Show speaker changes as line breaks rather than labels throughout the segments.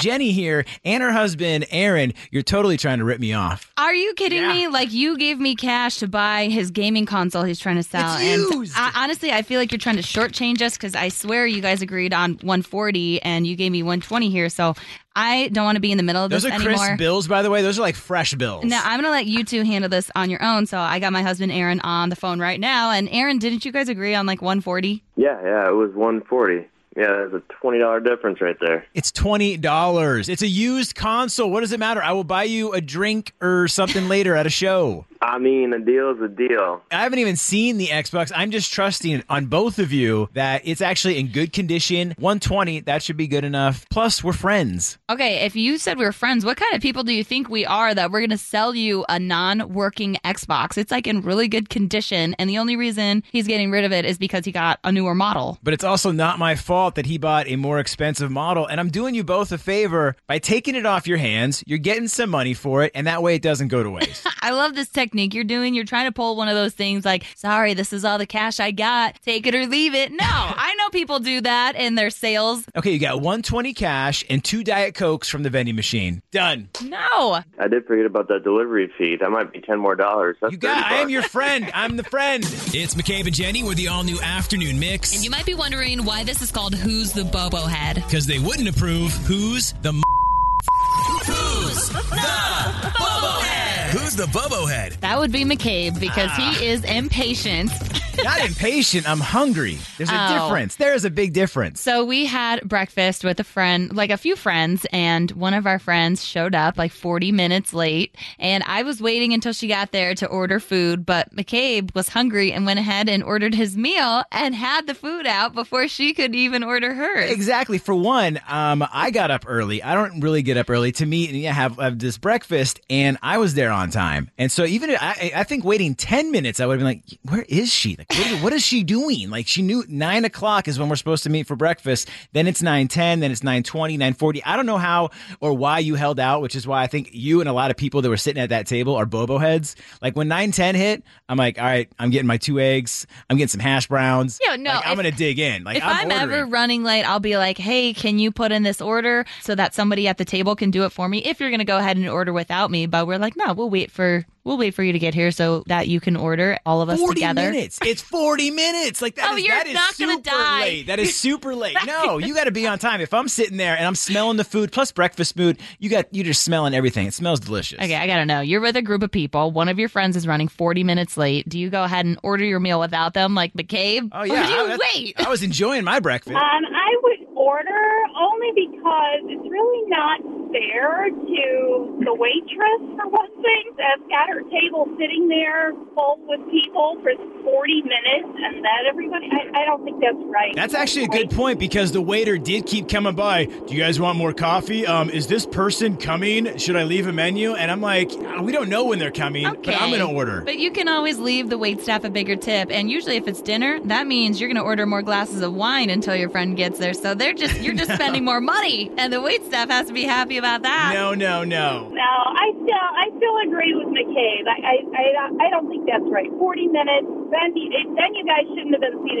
Jenny here and her husband, Aaron, you're totally trying to rip me off.
Are you kidding
Yeah.
me? Like, you gave me cash to buy his gaming console he's trying to sell.
It's used.
And I, honestly, I feel like you're trying to shortchange us because I swear you guys agreed on 140 and you gave me 120 here. So I don't want to be in the middle of
Those
this
are
anymore.
crisp bills, by the way. Those are like fresh bills.
No, I'm going to let you two handle this on your own. So I got my husband Aaron on the phone right now. And Aaron, didn't you guys agree on like 140?
Yeah, yeah, it was 140. Yeah, there's a twenty dollar difference right there.
it's $20. It's a used console. What does it matter? I will buy you a drink or something later at a show.
I mean, a deal's a deal.
I haven't even seen the Xbox. I'm just trusting on both of you that it's actually in good condition. 120, that should be good enough. Plus, we're friends.
Okay, if you said we were friends, what kind of people do you think we are that we're going to sell you a non working Xbox? It's like in really good condition. And the only reason he's getting rid of it is because he got a newer model.
But it's also not my fault that he bought a more expensive model. And I'm doing you both a favor by taking it off your hands. You're getting some money for it, and that way it doesn't go to waste.
I love this technique you're doing. You're trying to pull one of those things like, sorry, this is all the cash I got. Take it or leave it. No, I know people do that in their sales.
okay, you got 120 cash and two Diet Cokes from the vending machine. Done.
No.
I did forget about that delivery fee. That might be ten more dollars. That's
You got,
30
I am
bucks.
your friend. I'm the friend. It's McCabe and Jenny with the all new afternoon mix.
You might be wondering why this is called Who's the Bobo Head?
because they wouldn't approve who's the m-
Who's the Bobo Head?
That would be McCabe because he is impatient.
not impatient i'm hungry there's a
Oh.
difference there's a big difference
So we had breakfast with a friend, like a few friends, and one of our friends showed up like 40 minutes late. And I was waiting until she got there to order food, but McCabe was hungry and went ahead and ordered his meal and had the food out before she could even order hers.
exactly for one um, i got up early i don't really get up early to meet and yeah, have, have this breakfast and i was there on time and so even if- i, I think waiting 10 minutes i would have been like where is she like what, what is she doing like she knew 9 o'clock is when we're supposed to meet for breakfast then it's 9.10 then it's 9.20 9.40 i don't know how or why you held out which is why i think you and a lot of people that were sitting at that table are bobo heads like when 9.10 hit i'm like all right i'm getting my two eggs i'm getting some hash browns
Yeah, no,
Like, i'm
if-
gonna dig in like
If I'm,
ordering.
ever running late, I'll be like, hey, can you put in this order so that somebody at the table can do it for me if you're going to go ahead and order without me? But we're like, no, we'll wait for. We'll wait for you to get here so that you can order all of us
40
together.
minutes. It's 40 minutes. Like that
Oh,
is-
you're
that is
not gonna
super
die.
late. That is super late. No, you got to be on time. If I'm sitting there and I'm smelling the food plus breakfast food, you got you just smelling everything. It smells delicious.
Okay, I gotta know. You're with a group of people. One of your friends is running 40 minutes late. Do you go ahead and order your meal without them, like McCabe?
Oh yeah.
Or do you
I,
wait?
I was enjoying my breakfast.
Um, I would order only because it's really not fair to the waitress for one thing. I've got her table sitting there full with people for 40 minutes, and that everybody. I, I don't think that's right.
That's actually a good point because the waiter did keep coming by. Do you guys want more coffee? Um, is this person coming? Should I leave a menu? And I'm like, we don't know when they're coming, but I'm
Okay.
gonna order.
But you can always leave the wait staff a bigger tip. And usually, if it's dinner, that means you're gonna order more glasses of wine until your friend gets there. So they're just you're just spending more money, and the wait staff has to be happy about that.
no, no, no.
No, I still I still agree with McCabe. I I, I, don't- I don't think that's right. 40 minutes. Then you, then you guys shouldn't have been seated.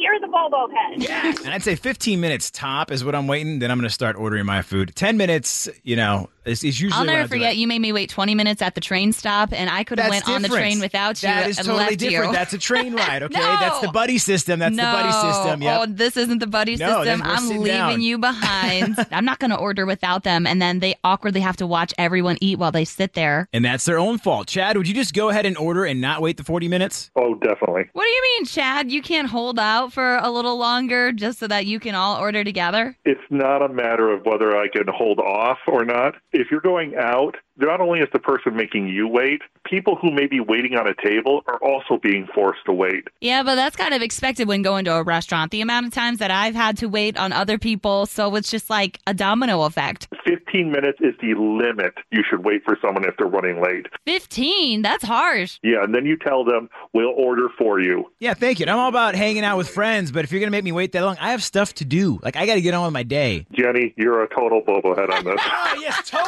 you're the Bobo head.
And I'd say 15 minutes top is what I'm waiting. Then I'm going to start ordering my food. 10 minutes, you know, is, is usually.
I'll
when I
never
do
forget.
it.
You made me wait 20 minutes at the train stop, and I could have
That's
went on the
different.
train without you
That is
and
totally
left
different.
you.
That's a train ride, okay?
No.
That's the buddy system. That's
no.
the buddy system. Yep.
Oh, this isn't the buddy
No, that's-
system.
we're
I'm
sitting
leaving
down.
you behind. I'm not going to order without them. And then they awkwardly have to watch everyone eat while they sit there.
And that's their own fault. Chad, would you just go ahead and order and not wait the 40 minutes?
Oh, definitely.
What do you mean, Chad? You can't hold out for a little longer just so that you can all order together?
It's not a matter of whether I can hold off or not. If you're going out, not only is the person making you wait, people who may be waiting on a table are also being forced to wait.
Yeah, but that's kind of expected when going to a restaurant. The amount of times that I've had to wait on other people, so it's just like a domino effect.
15 minutes is the limit you should wait for someone if they're running late.
15, that's harsh.
Yeah, and then you tell them, we'll order for you.
Yeah, thank you. And I'm all about hanging out with friends, but if you're going to make me wait that long, I have stuff to do. Like, I got to get on with my day.
Jenny, you're a total bobblehead on this.
Oh, yes, total.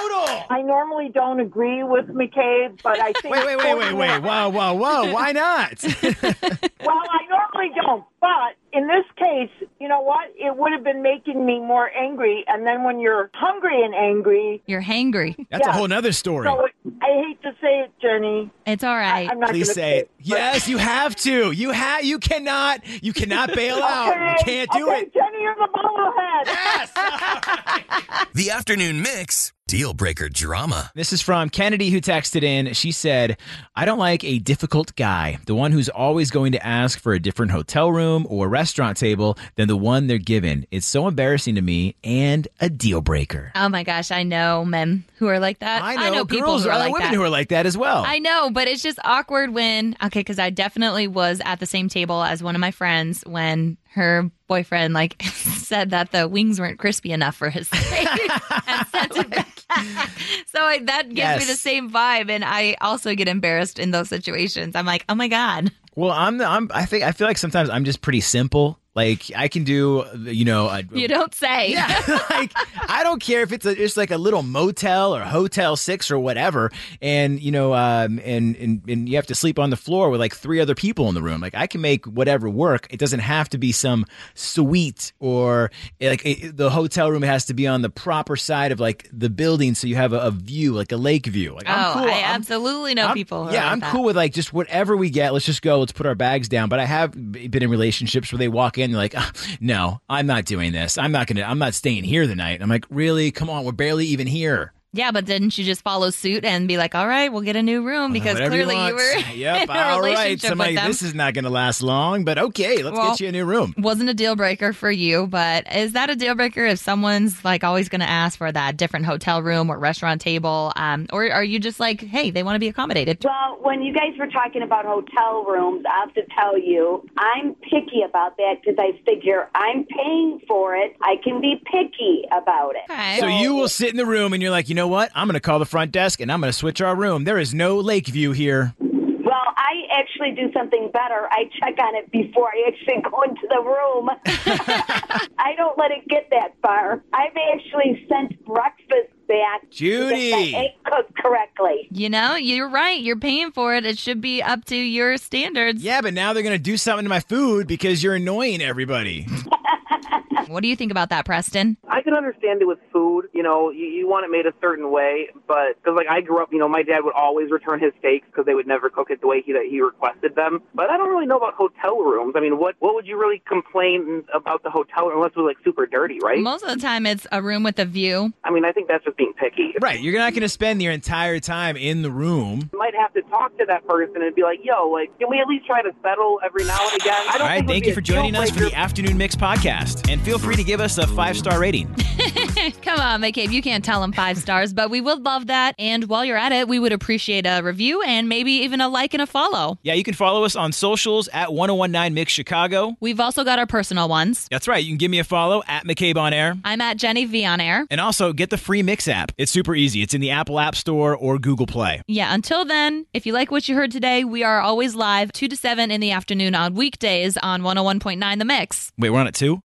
I normally don't agree with McCabe, but I think.
Wait, wait, wait, wait, wait. Whoa, whoa, whoa. Why not?
Well, I normally don't, but in this case, you know what? It would have been making me more angry, and then when you're hungry and angry,
You're hangry.
That's a
Yeah.
whole nother story.
so it, I hate to say it, Jenny.
It's all right.
I'm not
Please
gonna
say it.
but-
Yes, you have to. You have. You cannot. You cannot bail out.
Okay,
You can't do
okay,
it.
Jenny, you're the bobblehead.
The afternoon mix. Deal breaker drama.
This is from Kennedy, who texted in. She said, I don't like a difficult guy, the one who's always going to ask for a different hotel room or restaurant table than the one they're given. It's so embarrassing to me and a deal breaker.
oh my gosh, I know men who are like that. people
girls
who are like
women
that.
who are like that as well.
I know, but it's just awkward when okay, because I definitely was at the same table as one of my friends when her boyfriend like said that the wings weren't crispy enough for his face and sent it back. So I, that gives me the
Yes.
same vibe, and I also get embarrassed in those situations. I'm like, oh my god,
well, I'm, the, I'm. I think I feel like sometimes I'm just pretty simple. Like I can do, you know, a,
you don't say.
Yeah, like I don't care if it's a, just like a little motel or hotel six or whatever, and you know, um, and, and and you have to sleep on the floor with like three other people in the room. Like I can make whatever work. It doesn't have to be some suite or eh, like it, the hotel room has to be on the proper side of like the building, so you have a, a view, like a lake view. Like I'm
oh,
cool.
I
I'm-
absolutely know
I'm-
people. Who are
yeah,
like
I'm
that.
cool with like just whatever we get. Let's just go. Let's put our bags down. But I have b- been in relationships where they walk in and like, "Ah, no, I'm not doing this. I'm not gonna. I'm not staying here the night. I'm like, really? Come on, we're barely even here.
Yeah, but didn't you just follow suit and be like, all right, we'll get a new room because
Uh, Whatever
clearly
you,
you,
want.
were
Yep.
in a
all right.
relationship
So I'm like,
with them.
this is not gonna last long. But okay, let's
Well-
get you a new room.
wasn't a deal breaker for you, but is that a deal breaker if someone's like always going to ask for that different hotel room or restaurant table? Um, or are you just like, hey, they want to be accommodated?
Well, when you guys were talking about hotel rooms, I have to tell you, I'm picky about that because I figure I'm paying for it. I can be picky about it.
Okay.
So you will sit in the room and you're like, you know what? I'm gonna call the front desk and I'm gonna switch our room. There is no lake view here.
Well, I actually do something better. I check on it before I actually go into the room. I don't let it get that far. I've actually sent breakfast back.
Judy.
Because I ain't cooked correctly.
You know, you're right. You're paying for it. It should be up to your standards.
Yeah, but now they're gonna do something to my food because you're annoying everybody.
What do you think about that, Preston?
I can understand it with food. You know, you, you want it made a certain way, but because like I grew up, you know, my dad would always return his steaks because they would never cook it the way he that he requested them. But I don't really know about hotel rooms. I mean, what what would you really complain about the hotel room unless it was like super dirty, right?
Most of the time, it's a room with a view.
I mean, I think that's just being picky.
Right, you're not going to spend your entire time in the room.
You might have to talk to that person and be like, "Yo, like, can we at least try to settle every now and again?" I don't
All right,
think it would
thank
be
you
a
for joining
deal
us for the
breaker.
Afternoon Mix podcast. And feel feel free to give us a five star rating.
Come on, McCabe, you can't tell them five stars, but we would love that. And while you're at it, we would appreciate a review and maybe even a like and a follow.
Yeah, you can follow us on socials at 1019 Mix Chicago.
We've also got our personal ones.
That's right. You can give me a follow at McCabe on Air.
I'm at Jenny V on air.
And also get the free Mix app. It's super easy. It's in the Apple App Store or Google Play.
Yeah, until then, if you like what you heard today, we are always live 2 to 7 in the afternoon on oh weekdays on 101.9 The Mix.
Wait, we're on it too?